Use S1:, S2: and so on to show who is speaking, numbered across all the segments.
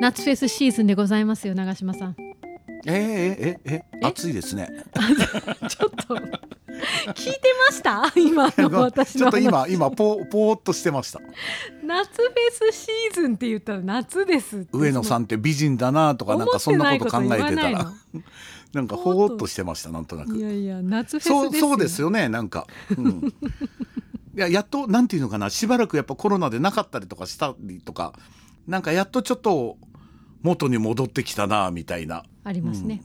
S1: 夏フェスシーズンでございますよ長嶋さん
S2: えー、ええええ暑いですね。
S1: ちょっと聞いてました今
S2: ち
S1: の
S2: ょ
S1: 私の
S2: っと
S1: 話
S2: 今今ポーポーっとしてました。
S1: 夏フェスシーズンって言ったら夏ですって
S2: 上野さんって美人だなとかなんかそんなこと考えて
S1: 思
S2: た
S1: ってない
S2: ら
S1: こ
S2: なんかほーっとしてましたなんとな
S1: と言わないのい
S2: く。
S1: やいや夏フェスです
S2: そうそうです
S1: よ
S2: よねなんか。うん、 いややっとなんていうのかなしばらくやっぱコロナでなかったりとかしたりとかなんかやっとちょっと元に戻ってきたなみたいな。
S1: ありますね、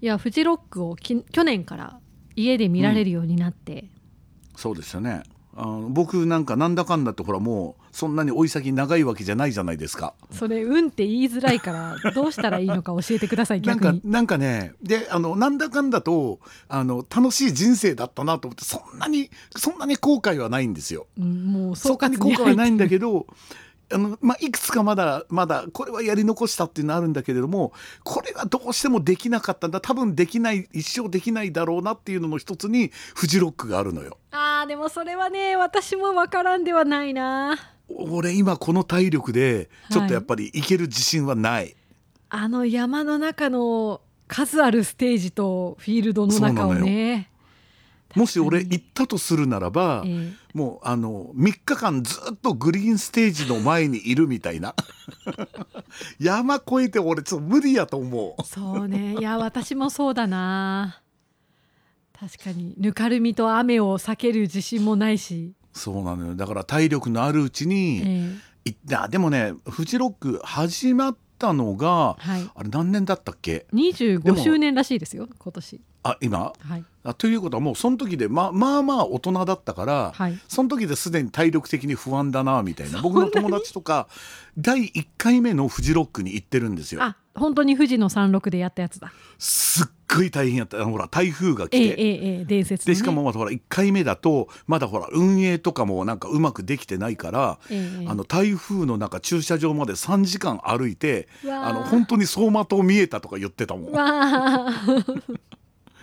S1: いやフジロックをき去年から家で見られるようになって、
S2: そうですよね。あの僕なんかなんだかんだってほらもうそんなに追い先長いわけじゃないじゃないですか。
S1: それうんって言いづらいからどうしたらいいのか教えてください
S2: なん
S1: 逆
S2: か
S1: に
S2: なんかねであのなんだかんだとあの楽しい人生だったなと思ってそんなにそんなに後悔はないんですよ。
S1: うんもう総
S2: そんな
S1: 括
S2: に
S1: に
S2: 後
S1: 入
S2: 悔は
S1: って
S2: ないんだけどあの、まあ、いくつかまだまだこれはやり残したっていうのはあるんだけれどもこれがどうしてもできなかったんだ多分できない一生できないだろうなっていうのの一つにフジロックがあるのよ。
S1: あーでもそれはね私もわからんではないな
S2: 俺今この体力でちょっとやっぱりいける自信はない
S1: あの山の中の数あるステージとフィールドの中をね
S2: もし俺
S1: 確か
S2: 行
S1: に
S2: ったとするならば、
S1: ええ
S2: もうあの3日間ずっとグリーンステージの前にいるみたいな 山越えて俺ちょっと無理やと思う
S1: そうねいや私もそうだな確かにぬかるみと雨を避ける自信もないし、
S2: そうなのよだから体力のあるうち
S1: え
S2: に
S1: え
S2: 行ってあでもねフジロック始まったのが
S1: はい、
S2: あれ何年だったっけでも
S1: 25周年らしいですよ今年
S2: あ今
S1: はい
S2: あということはもうその時でままあまあ大人だったから、
S1: はい
S2: その時ですでに体力的に不安だなみたいな僕の友達とか第1回目のフジロックに行ってるんですよ。
S1: あ本当に富士の山麓でやったやつだ
S2: すっごい大変やったあのほら台風が来て、
S1: ええええええ伝説の、ね、
S2: でしかもまたほら1回目だとまだほら運営とかもなんかうまくできてないから、
S1: ええ、ええ
S2: あの台風の中駐車場まで3時間歩いて
S1: うわー
S2: あの本当に走馬灯見えたとか言ってたもん。
S1: わあ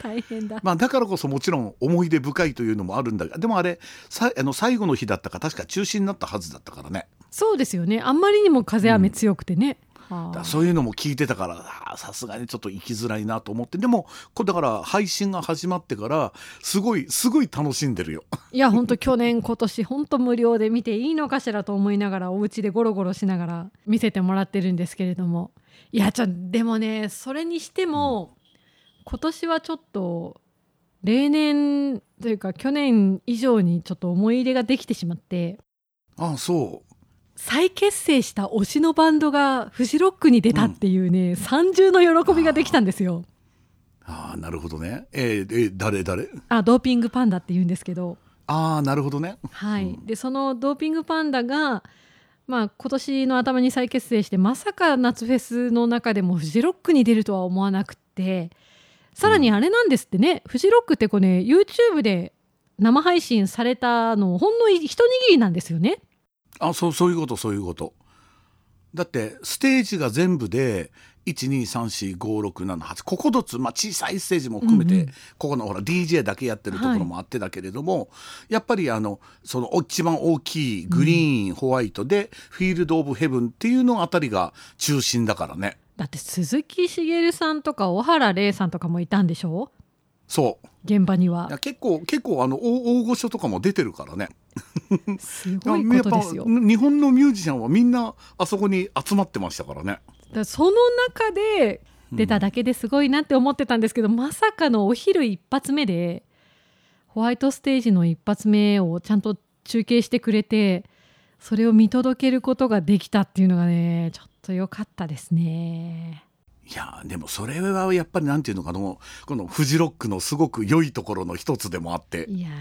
S1: 大変だ
S2: まあ、だからこそもちろん思い出深いというのもあるんだがでもあれさあの最後の日だったか確か中止になったはずだったからね
S1: そうですよね。あんまりにも風雨強くてね。
S2: だ
S1: は
S2: か
S1: あ
S2: らそういうのも聞いてたからあーさすがにちょっと行きづらいなと思ってでもこうだから配信が始まってからすごいすごい楽しんでるよ。
S1: いや本当去年今年本当無料で見ていいのかしらと思いながらお家でゴロゴロしながら見せてもらってるんですけれどもいやちょでもねそれにしても今年はちょっと例年というか去年以上にちょっと思い入れができてしまって
S2: ああそう
S1: 再結成した推しのバンドがフジロックに出たっていうね、三重の喜びができたんですよ。
S2: ああなるほどね。えー、えー誰誰
S1: あドーピングパンダって言うんですけど
S2: ああなるほどね。
S1: はい、
S2: うん
S1: でそのドーピングパンダが、まあ、今年の頭に再結成してまさか夏フェスの中でもフジロックに出るとは思わなくてさらにあれなんですってね、フジロックってこれ YouTube で生配信されたのほんの一握りなんですよね。
S2: あそうそういうことそういうこと。だってステージが全部で123456789つ、まあ、小さいステージも含めて、
S1: うんうん
S2: ここのほら DJ だけやってるところもあってだけれども、やっぱりあのそのお一番大きいグリーン、ホワイトでフィールド・オブ・ヘブンっていうのあたりが中心だからね
S1: だって鈴木茂さんとか小原玲さんとかもいたんでしょ
S2: そう
S1: 現場に
S2: だか
S1: は
S2: ら結構結構あの大大御所とかも出てるからね
S1: すごいことですよ
S2: やっ。ぱ日本のミュージシャンはみんなあそこに集まってましたからね。
S1: だからその中で出ただけですごいなって思ってたんですけど、まさかのお昼一発目でホワイトステージの一発目をちゃんと中継してくれてそれを見届けることができたっていうのがねちょっと良かったですね。
S2: いやーでもそれはやっぱりなんていうのかなこのフジロックのすごく良いところの一つでもあって
S1: いやー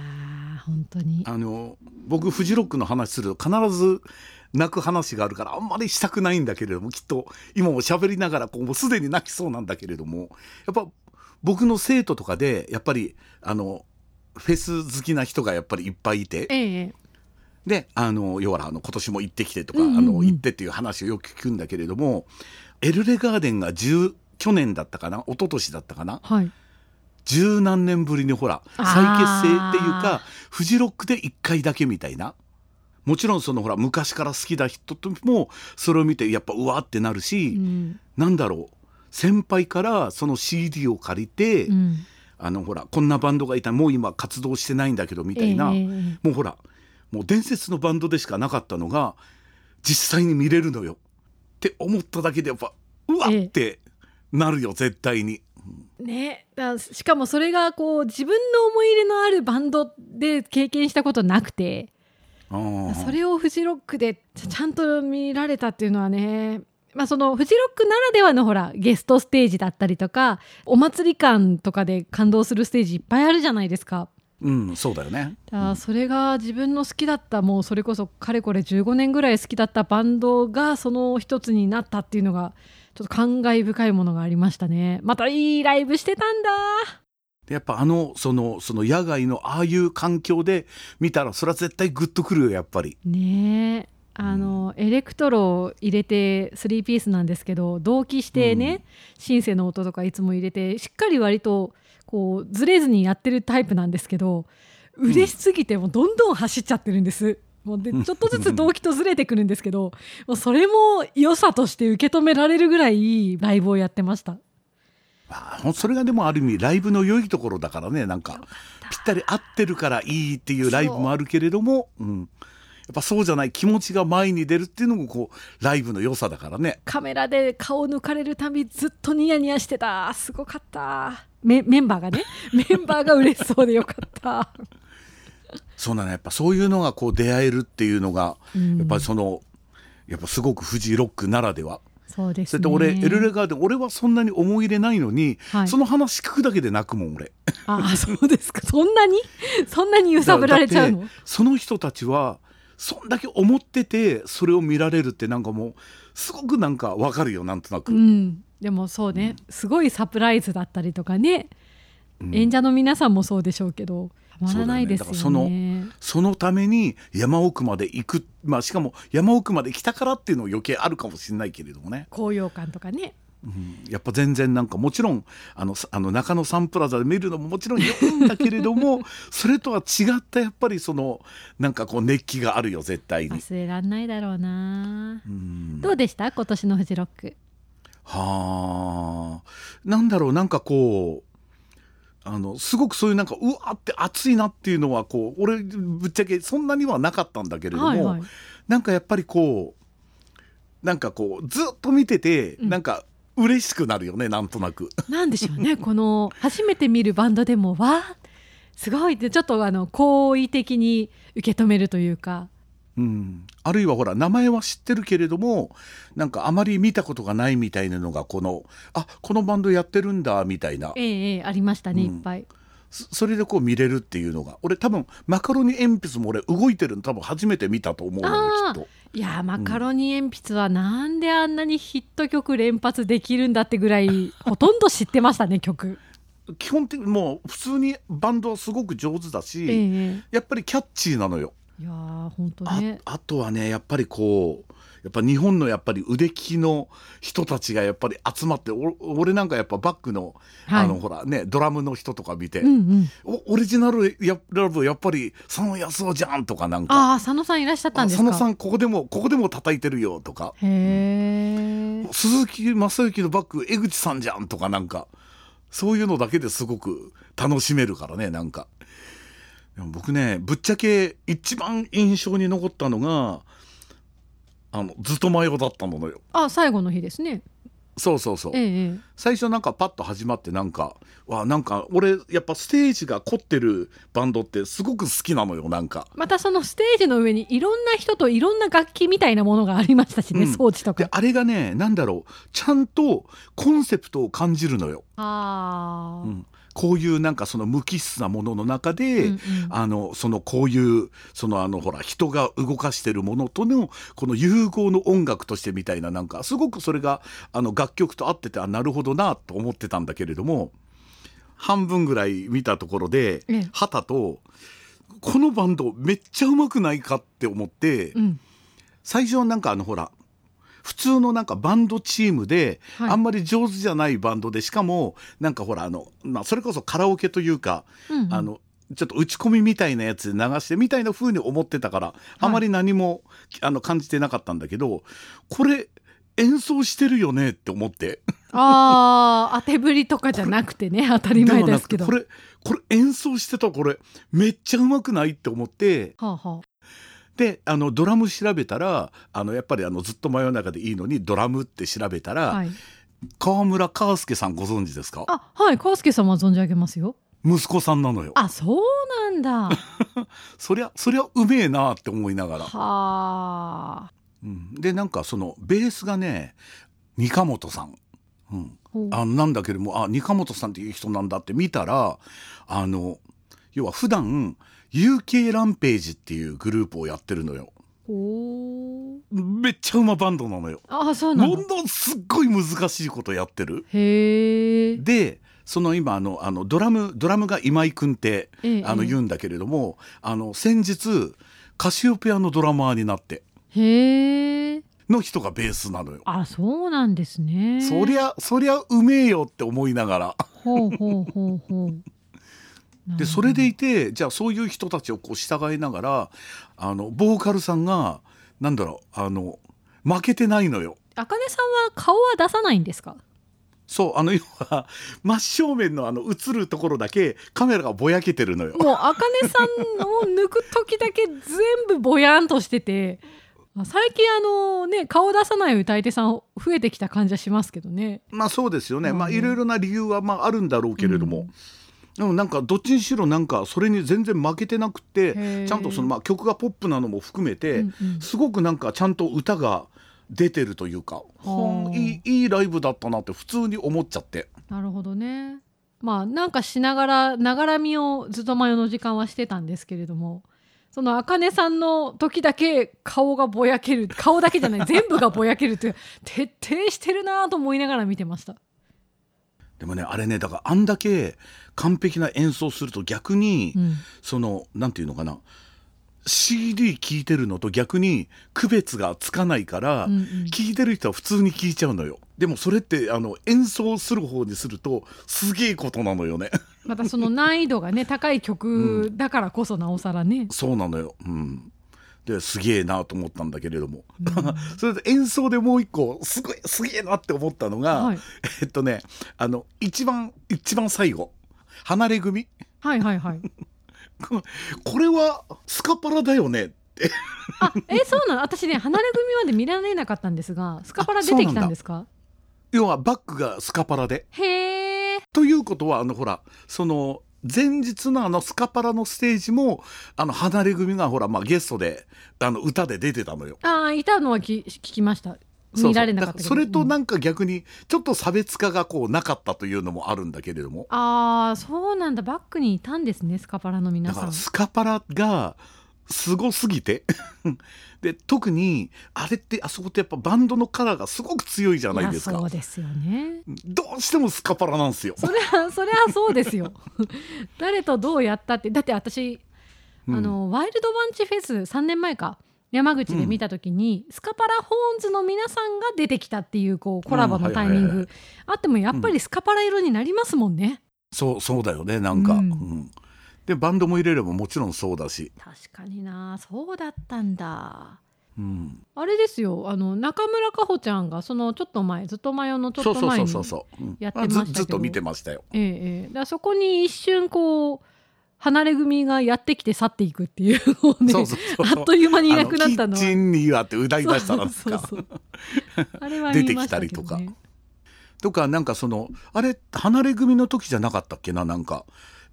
S1: 本当に
S2: あの僕フジロックの話すると必ず泣く話があるからあんまりしたくないんだけれどもきっと今も喋りながらこうもうすでに泣きそうなんだけれどもやっぱ僕の生徒とかでやっぱりあのフェス好きな人がやっぱりいっぱいいて。
S1: ええ
S2: であの要はあの今年も行ってきてとか、
S1: うんうんうん
S2: あの行ってっていう話をよく聞くんだけれどもエルレガーデンが10去年だったかな一昨年だったかな
S1: はい
S2: 十何年ぶりにほら再結成っていうかフジロックで1回だけみたいなもちろんそのほら昔から好きな人ともそれを見てやっぱうわーってなるし、
S1: うん
S2: なんだろう先輩からその CD を借りて、
S1: うん
S2: あのほらこんなバンドがいたもう今活動してないんだけどみたいな、
S1: えええ
S2: もうほらもう伝説のバンドでしかなかったのが実際に見れるのよって思っただけでやっぱうわ
S1: ええ
S2: ってなるよ絶対に。
S1: えねだしかもそれがこう自分の思い入れのあるバンドで経験したことなくて
S2: あー
S1: それをフジロックでちゃちゃんと見られたっていうのはねまあそのフジロックならではのほらゲストステージだったりとかお祭り感とかで感動するステージいっぱいあるじゃないですか。
S2: うんそうだよね。
S1: だからそれが自分の好きだったもうそれこそかれこれ15年ぐらい好きだったバンドがその一つになったっていうのがちょっと感慨深いものがありましたねまたいいライブしてたんだ
S2: でやっぱあのそのその野外のああいう環境で見たらそれは絶対グッとくるよやっぱり。
S1: ねえあの、エレクトロを入れて3ピースなんですけど同期してね、シンセの音とかいつも入れてしっかり割とこうずれずにやってるタイプなんですけど嬉しすぎてもうどんどん走っちゃってるんです。もうで
S2: うん
S1: ちょっとずつ動機とずれてくるんですけどもうそれも良さとして受け止められるぐらいいいライブをやってました
S2: まあほんそれがでもある意味ライブの良いところだからねなんかぴったり合ってるからいいっていうライブもあるけれども、うん、やっぱそうじゃない気持ちが前に出るっていうのもこうライブの良さだからね。
S1: カメラで顔抜かれるたびずっとニヤニヤしてたすごかったメメンバーがねメンバーが嬉しそうでよかった
S2: そうなのやっぱそういうのがこう出会えるっていうのが、
S1: うん
S2: やっぱりそのやっぱすごくフジロックならでは。
S1: そうです
S2: そ
S1: ね
S2: れと俺、エルレガーデン俺はそんなに思い入れないのに、
S1: はい
S2: その話聞くだけで泣くもん俺。
S1: ああそうですかそんなに そんなに揺さぶられちゃう
S2: だ
S1: の
S2: ってその人たちはそんだけ思っててそれを見られるってなんかもうすごくなんかわかるよなんとなく、
S1: うんでもそうね、すごいサプライズだったりとかね、
S2: うん
S1: 演者の皆さんもそうでしょうけどたまらないですよね
S2: そうだよねそのために山奥まで行く、まあ、しかも山奥まで来たからっていうの余計あるかもしれないけれどもね、
S1: 高揚感とかね
S2: うんやっぱ全然なんかもちろんあのさあの中野サンプラザで見るのももちろん良いんだけれど もそれとは違ったやっぱりそのなんかこう熱気があるよ絶対に。
S1: 忘れらんないだろうな、
S2: うん
S1: どうでした今年のフジロック
S2: はあなんだろうなんかこうあのすごくそういうなんかうわーって熱いなっていうのはこう俺ぶっちゃけそんなにはなかったんだけれども、
S1: はいはい
S2: なんかやっぱりこうなんかこうずっと見てて、
S1: うん
S2: なんか嬉しくなるよねなんとなく。
S1: なんでしょう ねこの初めて見るバンドでもわあすごいってちょっとあの好意的に受け止めるというか
S2: うん、あるいはほら名前は知ってるけれどもなんかあまり見たことがないみたいなのがこのあこのバンドやってるんだみたいな
S1: ええええありましたね、
S2: うん
S1: いっぱい
S2: そそれでこう見れるっていうのが俺多分マカロニ鉛筆も俺動いてるの多分初めて見たと思うの
S1: あ
S2: よ
S1: ー
S2: きっと。
S1: いやーマカロニ鉛筆はなんであんなにヒット曲連発できるんだってぐらいほとんど知ってましたね曲、
S2: 基本的にもう普通にバンドはすごく上手だし、
S1: ええ
S2: やっぱりキャッチーなのよ。
S1: いやー本当
S2: あ
S1: ね
S2: あとはねやっぱりこうやっぱ日本のやっぱり腕利きの人たちがやっぱり集まってお俺なんかやっぱバックの,、
S1: はい
S2: あのほらねドラムの人とか見て、
S1: うんうん
S2: おオリジナルやラブやっぱり佐野康夫じゃんとかなんか
S1: ああ佐野さんいらっしゃったんです
S2: 佐
S1: か
S2: 野さんここでもここでも叩いてるよとか
S1: へえ
S2: 鈴木正幸のバック江口さんじゃんとかなんかそういうのだけですごく楽しめるからねなんかでも僕ねぶっちゃけ一番印象に残ったのがあのずっと迷子だったのよ
S1: あ最後の日ですね
S2: そうそうそう、
S1: ええええ
S2: 最初なんかパッと始まってなんかわなんか俺やっぱステージが凝ってるバンドってすごく好きなのよなんか
S1: またそのステージの上にいろんな人といろんな楽器みたいなものがありましたしね、
S2: うん
S1: 装置と
S2: で
S1: か。
S2: あれがねなんだろうちゃんとコンセプトを感じるのよ、
S1: あー
S2: うんこういうなんかその無機質なものの中で、
S1: うんうん
S2: あのそのこういうそのあのほら人が動かしてるものとのこの融合の音楽としてみたいななんかすごくそれがあの楽曲と合っててあなるほどなと思ってたんだけれども半分ぐらい見たところで
S1: ええ
S2: 畑とこのバンドめっちゃうまくないかって思って
S1: うん
S2: 最初はなんかあのほら普通のなんかバンドチームで、
S1: はい
S2: あんまり上手じゃないバンドでしかもなんかほらあの、まあ、それこそカラオケというか、
S1: うんうん
S2: あのちょっと打ち込みみたいなやつで流してみたいな風に思ってたからあまり何も、あの感じてなかったんだけどこれ演奏してるよねって思って
S1: ああ当てぶりとかじゃなくてね当たり前ですけど
S2: ではなくてこれこれ演奏してたこれめっちゃうまくないって思って
S1: はあは
S2: であのドラム調べたらあのやっぱりあのずっと真夜中でいいのにドラムって調べたら、
S1: あ、はい、
S2: 川村康介さんご存知ですか
S1: あはい康介さんは存じ上げますよ
S2: 息子さんなのよ
S1: あそうなんだは
S2: そりゃそりゃうめえなって思いながら、
S1: あ
S2: うん、でなんかそのベースがね三カ本さん、うん、
S1: ほう
S2: あなんだけどもあ二カ本さんっていう人なんだって見たらあの要は普段 UK ランページっていうグループをやってるのよ
S1: ほう
S2: めっちゃうまバンドなのよ
S1: あそうなん
S2: も
S1: だ
S2: のすっごい難しいことやってる
S1: へー
S2: でその今あのあのドラムドラムが今井君って
S1: ええ
S2: あの
S1: ええ
S2: 言うんだけれども、あの先日カシオペアのドラマーになって
S1: へえ
S2: の人がベースなのよ。
S1: あそうなんですね
S2: そり
S1: ゃ
S2: ゃそりゃうめえよって思いながら
S1: ほうほうほうほうなるほど
S2: でそれでいてじゃあそういう人たちをこう従いながらあのボーカルさんがなんだろうあの負けてないのよ。
S1: あかねさんは顔は出さないん ですか
S2: そうあの要は真正面のあの映るところだけカメラがぼやけてるのよ。
S1: もうあかねさんを抜く時だけ全部ぼやんとしててまあ最近あのね顔出さない歌い手さん増えてきた感じはしますけどね
S2: まあそうですよね、
S1: うん
S2: まあいろいろな理由はまああるんだろうけれども、でもなんかどっちにしろなんかそれに全然負けてなくて
S1: へー
S2: ちゃんとそのまあ曲がポップなのも含めて、
S1: うんうん
S2: すごくなんかちゃんと歌が出てるというか、ほんいいいいライブだったなって普通に思っちゃって
S1: なるほどねまあなんかしながらながらみをずっと前の時間はしてたんですけれどもそのあかねさんの時だけ顔がぼやける顔だけじゃ ない全部がぼやけるという徹底してるなと思いながら見てました
S2: でもねあれねだからあんだけ完璧な演奏すると逆に、
S1: うん
S2: そのなんていうのかな CD 聴いてるのと逆に区別がつかないから、
S1: うんうん
S2: 聞いてる人は普通に聞いちゃうのよでもそれってあの演奏する方にするとすげえことなのよね
S1: またその難易度がね高い曲だからこそなおさらね、
S2: そうなのようんですげえなと思ったんだけれども、
S1: うん
S2: それで演奏でもう一個すごいすげえなって思ったのが、
S1: はい
S2: えっとねあの一番一番最後離れ組
S1: はいはいはい
S2: これはスカパラだよね
S1: あえそうなの私ね離れ組まで見られなかったんですがスカパラ出てきたんですか
S2: 要はバックがスカパラで
S1: へえ
S2: ということはあのほらその前日のあのスカパラのステージもあの離れ組がほら、まあ、ゲストであの歌で出てたのよ。
S1: あーいたのはき聞きました見られなかったけど
S2: そうそうだからそれと
S1: うん
S2: なんか逆にちょっと差別化がこうなかったというのもあるんだけれども
S1: ああそうなんだバックにいたんですねスカパラの皆
S2: だ
S1: さ
S2: から
S1: ん
S2: スカパラがすごすぎて で特にあれってあそこってやっぱバンドのカラーがすごく強いじゃないです
S1: いやそ
S2: か
S1: うですよね
S2: どうしてもスカパラなんですよ。
S1: それはそれはそうですよ 誰とどうやったってだって私、
S2: うん
S1: あのワイルドバンチフェス3年前か山口で見た時に、スカパラホーンズの皆さんが出てきたっていうこうコラボのタイミン
S2: うんはいはいはい
S1: グあってもやっぱりスカパラ色になりますもんね、
S2: そうそうだよねなんか、
S1: うん
S2: うんでバンドも入れればもちろんそうだし、
S1: 確かになそうだったんだ
S2: うん、
S1: あれですよあの中村佳穂ちゃんがそのちょっと前ずっと前のちょっと前に
S2: そうそうそうそうそう
S1: やってましたけど
S2: あずずっと見てましたよ
S1: ええええ、だからそこに一瞬こう離れ組がやってきて去っていくっていうのをね
S2: そうそうそ う
S1: あっという間にいなくなったのは
S2: あキッチンにはって歌い出したらですか
S1: そうそうそうあれは見ましたけどね
S2: 出てきたりととかなんかそのあれ離れ組の時じゃなかったっけななんか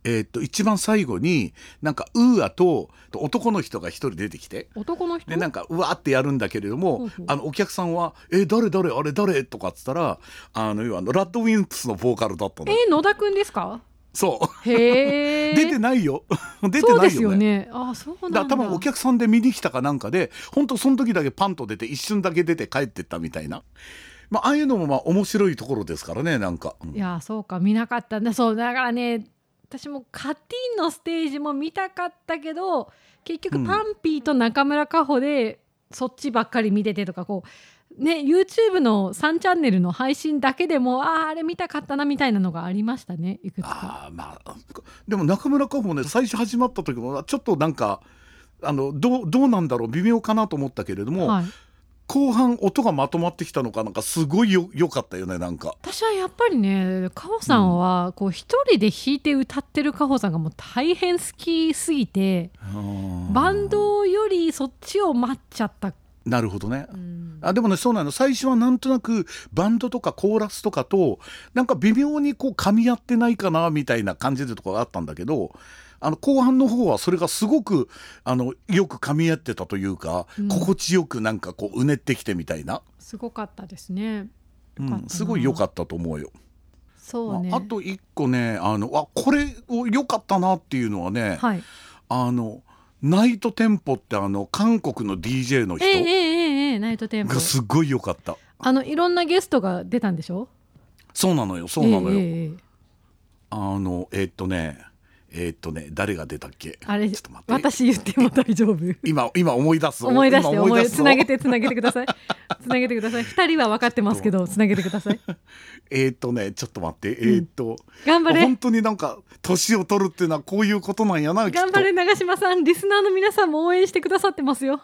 S2: えーっと一番最後になんかウーアと男の人が一人出てきて
S1: 男の人
S2: でなんかうわーってやるんだけれども、
S1: ほうほう
S2: あのお客さんは「え誰誰あれ誰?」とかっつったらあの要はあのラッドウィンプスのボーカルだった
S1: え
S2: の、
S1: 野田くんですか
S2: そう
S1: へえ
S2: 出てないよ出て
S1: そう
S2: な
S1: で
S2: い
S1: す
S2: よ
S1: よ
S2: ね
S1: ねあそうなんだ
S2: だから多分お客さんで見に来たかなんかで本当その時だけパンと出て一瞬だけ出て帰ってったみたいな、まあああいうのもまあ面白いところですからねなんか、うん
S1: いやそうか見なかったんだそうだからね私もカティーンのステージも見たかったけど結
S2: う
S1: 局
S2: ん
S1: パンピーと中村佳穂でそっちばっかり見ててとかこうね YouTube の3チャンネルの配信だけでもあーあれ見たかったなみたいなのがありましたねいくつか。
S2: ああまあでも中村佳穂ね最初始まった時もちょっとなんかあのどうどうなんだろう微妙かなと思ったけれども、
S1: はい、
S2: 後半音がまとまってきたのかなんかすごいよ良かったよねなんか。
S1: 私はやっぱりねカホさんはこう一人で弾いて歌ってるカホさんがもう大変好きすぎてバンドよりそっちを待っちゃった。
S2: なるほどね。
S1: うん
S2: あでもねそうなの最初はなんとなくバンドとかコーラスとかとなんか微妙にこう噛み合ってないかなみたいな感じでとかがあったんだけどあの後半の方はそれがすごくあのよく噛み合ってたというか、
S1: うん
S2: 心地よくなんかこううねってきてみたいな、
S1: すごかったですね。
S2: う
S1: よかった
S2: ん、
S1: な
S2: すごい良かったと思うよ。
S1: そうね。
S2: まあ、あと一個ねあのあこれを良かったなっていうのはね、
S1: はい。
S2: あのナイトテンポってあの韓国の DJ の
S1: えええ
S2: 人
S1: えええナイトテンポ
S2: が。すごい良かった。
S1: あのいろんなゲストが出たんでしょ。
S2: そうなのよそうなの
S1: えええ
S2: よ。
S1: えええ
S2: あのえーっとねえーっとね誰が出たっけ
S1: あれ
S2: ちょっと待って
S1: 私言っても大 丈夫。
S2: 今今思い出す
S1: 思い出して
S2: 今
S1: 思い
S2: ぞ
S1: つなげてつなげてください。 つなげてください。二人は分かってますけどつなげてください。
S2: えーっとねちょっと待ってえーっと、
S1: 頑張れ
S2: 本。当になんか年を取るっていうのはこういうことなんやなきっと
S1: 頑張れ長島さんリスナーの皆さんも応援してくださってますよ。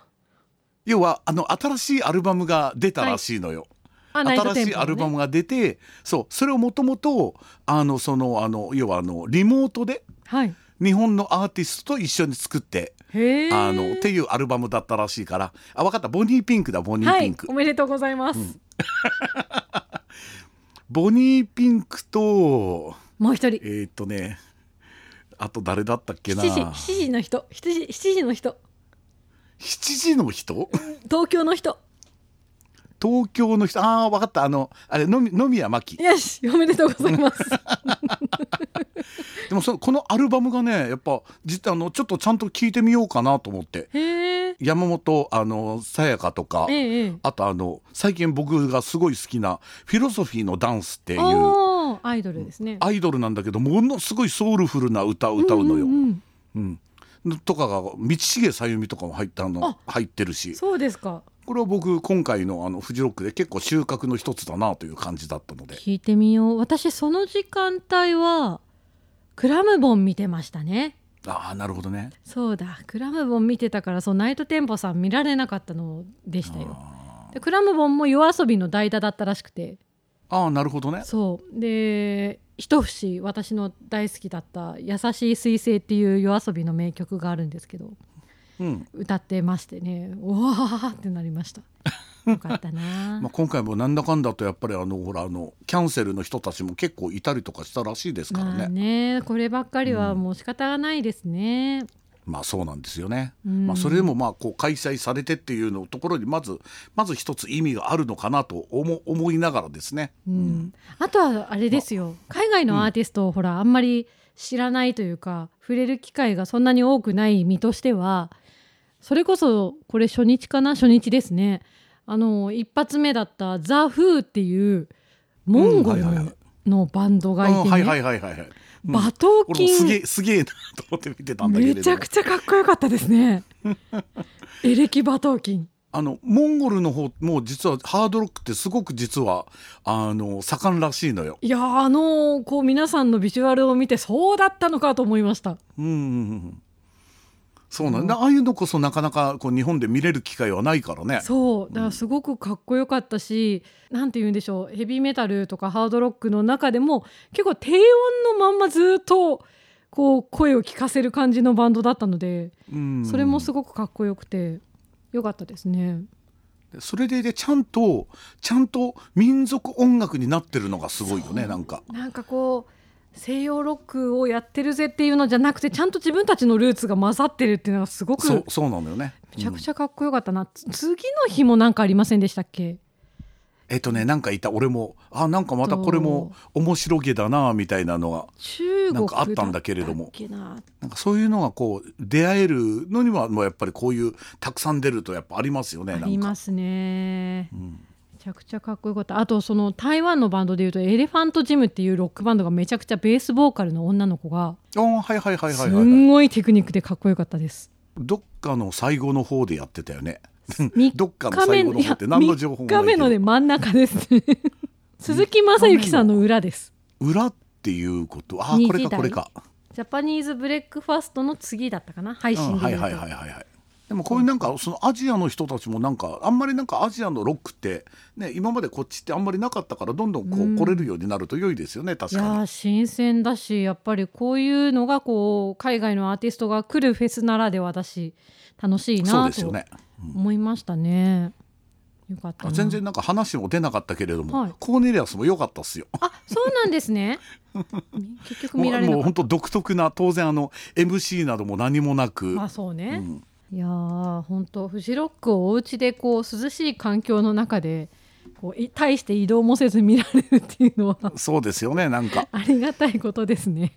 S2: 要はあの新しいアルバムが出たらしいのよ、
S1: あナイト
S2: 新
S1: テン
S2: し
S1: ポの
S2: い
S1: ね
S2: アルバムが出てそうそれをもともとあのそのあの要はあのリモートで
S1: はい。
S2: 日本のアーティストと一緒に作って
S1: へえ。
S2: あのっていうアルバムだったらしいからあ分かったボニーピンクだボニー
S1: は
S2: ピン
S1: い
S2: ク、
S1: おめでとうございます。
S2: ボニーピンクと
S1: もう一人。
S2: えーっとねあと誰だったっけな
S1: 七時七時の人七時七時の人
S2: 7時の人
S1: 東京の人
S2: 東京の人ああ分かったあのあれのみ野宮真紀
S1: よしおめでとうございます。
S2: でもそのこのアルバムがねやっぱ実はあのちょっとちゃんと聞いてみようかなと思って
S1: へえ。
S2: 山本あのさやかとか、
S1: ええええ。
S2: あとあの最近僕がすごい好きなフィロソフィーのダンスっていう
S1: ああアイドルですね。
S2: アイドルなんだけどものすごいソウルフルな歌を歌うのよ。うん
S1: んんん
S2: とかが道重さゆみとかも入ったの
S1: あ
S2: 入ってるし
S1: そうですか。
S2: これは僕今回のあのフジロックで結構収穫の一つだなという感じだったので
S1: 聞いてみよう。私その時間帯はクラムボン見てましたね。
S2: ああなるほどね
S1: そうだ。クラムボン見てたから、そうナイトテンポさん見られなかったのでしたよ。
S2: あ
S1: でクラムボンも夜遊びの代打だったらしくて、
S2: あーなるほどね
S1: そうで一節私の大好きだった優しい彗星っていう夜遊びの名曲があるんですけど、
S2: うん、
S1: 歌ってましてね、うわーってなりま した。よかったな。
S2: まあ、今回もなんだかんだとやっぱりあのほらあのキャンセルの人たちも結構いたりとかしたらしいですからね,、
S1: ま
S2: ま
S1: あ
S2: あ、
S1: ねこればっかりはもう仕方がないですね。
S2: そうなんですよね、
S1: うん
S2: まあ、それでもまあこう開催されてっていうのところにまずまず一つ意味があるのかなと思思いながらですね、
S1: うんあとはあれですよ海外のアーティストをほらあんまり知らないというか、触れる機会がそんなに多くない身としてはそれこそこれ初日かな初日ですねあの一発目だった「ザ・フーっていうモンゴル
S2: うんはいはいはい
S1: のバンド
S2: うん
S1: がいてね、
S2: はいはいはいはいはい、うん
S1: 馬頭
S2: 俺もすげ
S1: 金
S2: えすげえなと思って見てたんだけれ
S1: め
S2: ど
S1: ちゃ
S2: も
S1: くちゃかっこよかったですね エレキ馬頭金
S2: あのモンゴルの方も実はハードロックってすごく実はあの盛んらしいのよ。
S1: いやーあのーこう皆さんのビジュアルを見てそうだったのかと思いました
S2: うんうんうんそうなんだ、ああいうのこそなかなかこう日本で見れる機会はないからね。
S1: そうだからすごくかっこよかったし、なんて言うんでしょうヘビーメタルとかハードロックの中でも結構低音のまんまずっとこう声を聞かせる感じのバンドだったので、
S2: うん
S1: それもすごくかっこよくてよかったですね。
S2: それででちゃんとちゃんと民族音楽になってるのがすごいよねなんか。
S1: なんかこう西洋ロックをやってるぜっていうのじゃなくてちゃんと自分たちのルーツが混ざってるっていうのがすごく
S2: そうそうなのよね。
S1: めちゃく
S2: うん
S1: ちゃかっこよかったな、つ次の日もなんかありませんでしたっけ
S2: えっとねなんかいた俺もあなんかまたこれも面白げだなみたいなのが
S1: 中国
S2: なんかあったんだけれども
S1: だったっけな
S2: なんかそういうのがこう出会えるのにはもうやっぱりこういうたくさん出るとやっぱありますよねなんか。
S1: ありますね
S2: うん
S1: めちゃくちゃかっこよかったあとその台湾のバンドでいうとエレファントジムっていうロックバンドがめちゃくちゃベースボーカルの女の子が
S2: あーはいはいはいはい
S1: す
S2: はい、はい。
S1: んごいテクニックでかっこよかったです
S2: どっかの最後の方でやってたよね。
S1: 3
S2: どっかの最後の方って何の情報もないけど
S1: 日目のね真ん中ですね 鈴木雅之さんの裏です
S2: 裏っていうことあー
S1: 二
S2: これ
S1: 時
S2: か
S1: 代
S2: これか、
S1: ジャパニーズブレックファストの次だったかな
S2: う
S1: 配信
S2: ん、
S1: で
S2: は
S1: 言
S2: いう
S1: と
S2: はいはいはいはいでもこういうなんかそのアジアの人たちもなんかあんまりなんかアジアのロックってね今までこっちってあんまりなかったからどんどんこ
S1: うん
S2: う来れるようになると良いですよね
S1: い
S2: 確
S1: や
S2: か
S1: ー新鮮だしやっぱりこういうのがこう海外のアーティストが来るフェスならではだし楽しい
S2: にそう
S1: な
S2: ですよ
S1: と
S2: ね
S1: 思いましたね。よかった
S2: あ
S1: な
S2: 全然なんか話も出なかったけれども、
S1: はい
S2: コーネリアスも良かったっすよ
S1: あそうなんです ね結局
S2: も
S1: 見ら
S2: う
S1: れな
S2: も
S1: か
S2: う
S1: っ
S2: 本当独特な当然あの MC なども何もなく
S1: たあそう
S2: う
S1: ね、
S2: ん
S1: いやー本当フジロックをお家でこう涼しい環境の中でこうい大して移動もせず見られるっていうのは
S2: そうですよねなんか
S1: ありがたいことですね。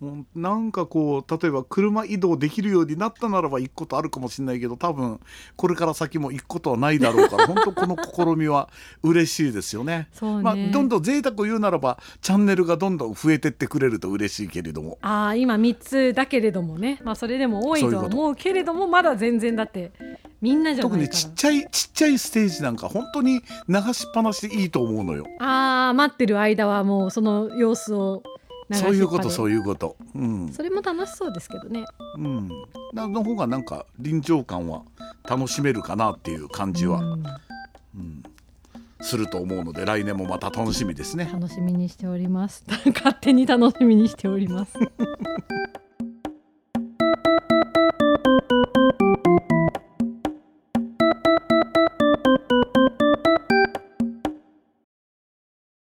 S2: もうなんかこう例えば車移動できるようになったならば行くことあるかもしれないけど多分これから先も行くことはないだろう から本当この試みは嬉しいですよね。
S1: そうね、
S2: まあ、どんどん贅沢を言うならばチャンネルがどんどん増えてってくれると嬉しいけれども
S1: あー今3つだけれどもね、まあ、それでも多い
S2: そうい
S1: と
S2: う
S1: は
S2: こと
S1: 思うけれどもまだ全然だってみんなじゃない
S2: 特
S1: から
S2: にちっちゃいちっちゃいステージなんか本当に流しっぱなしでいいと思うのよ。
S1: あー待ってる間はもうその様子を流しっ
S2: そ
S1: ぱ
S2: う
S1: で
S2: いうことそういうこと。うん
S1: それも楽しそうですけどね
S2: うん、なの方がなんか臨場感は楽しめるかなっていう感じは、
S1: うん
S2: うんすると思うので来年もまた楽しみですね。
S1: 楽しみにしております勝手に楽しみにしております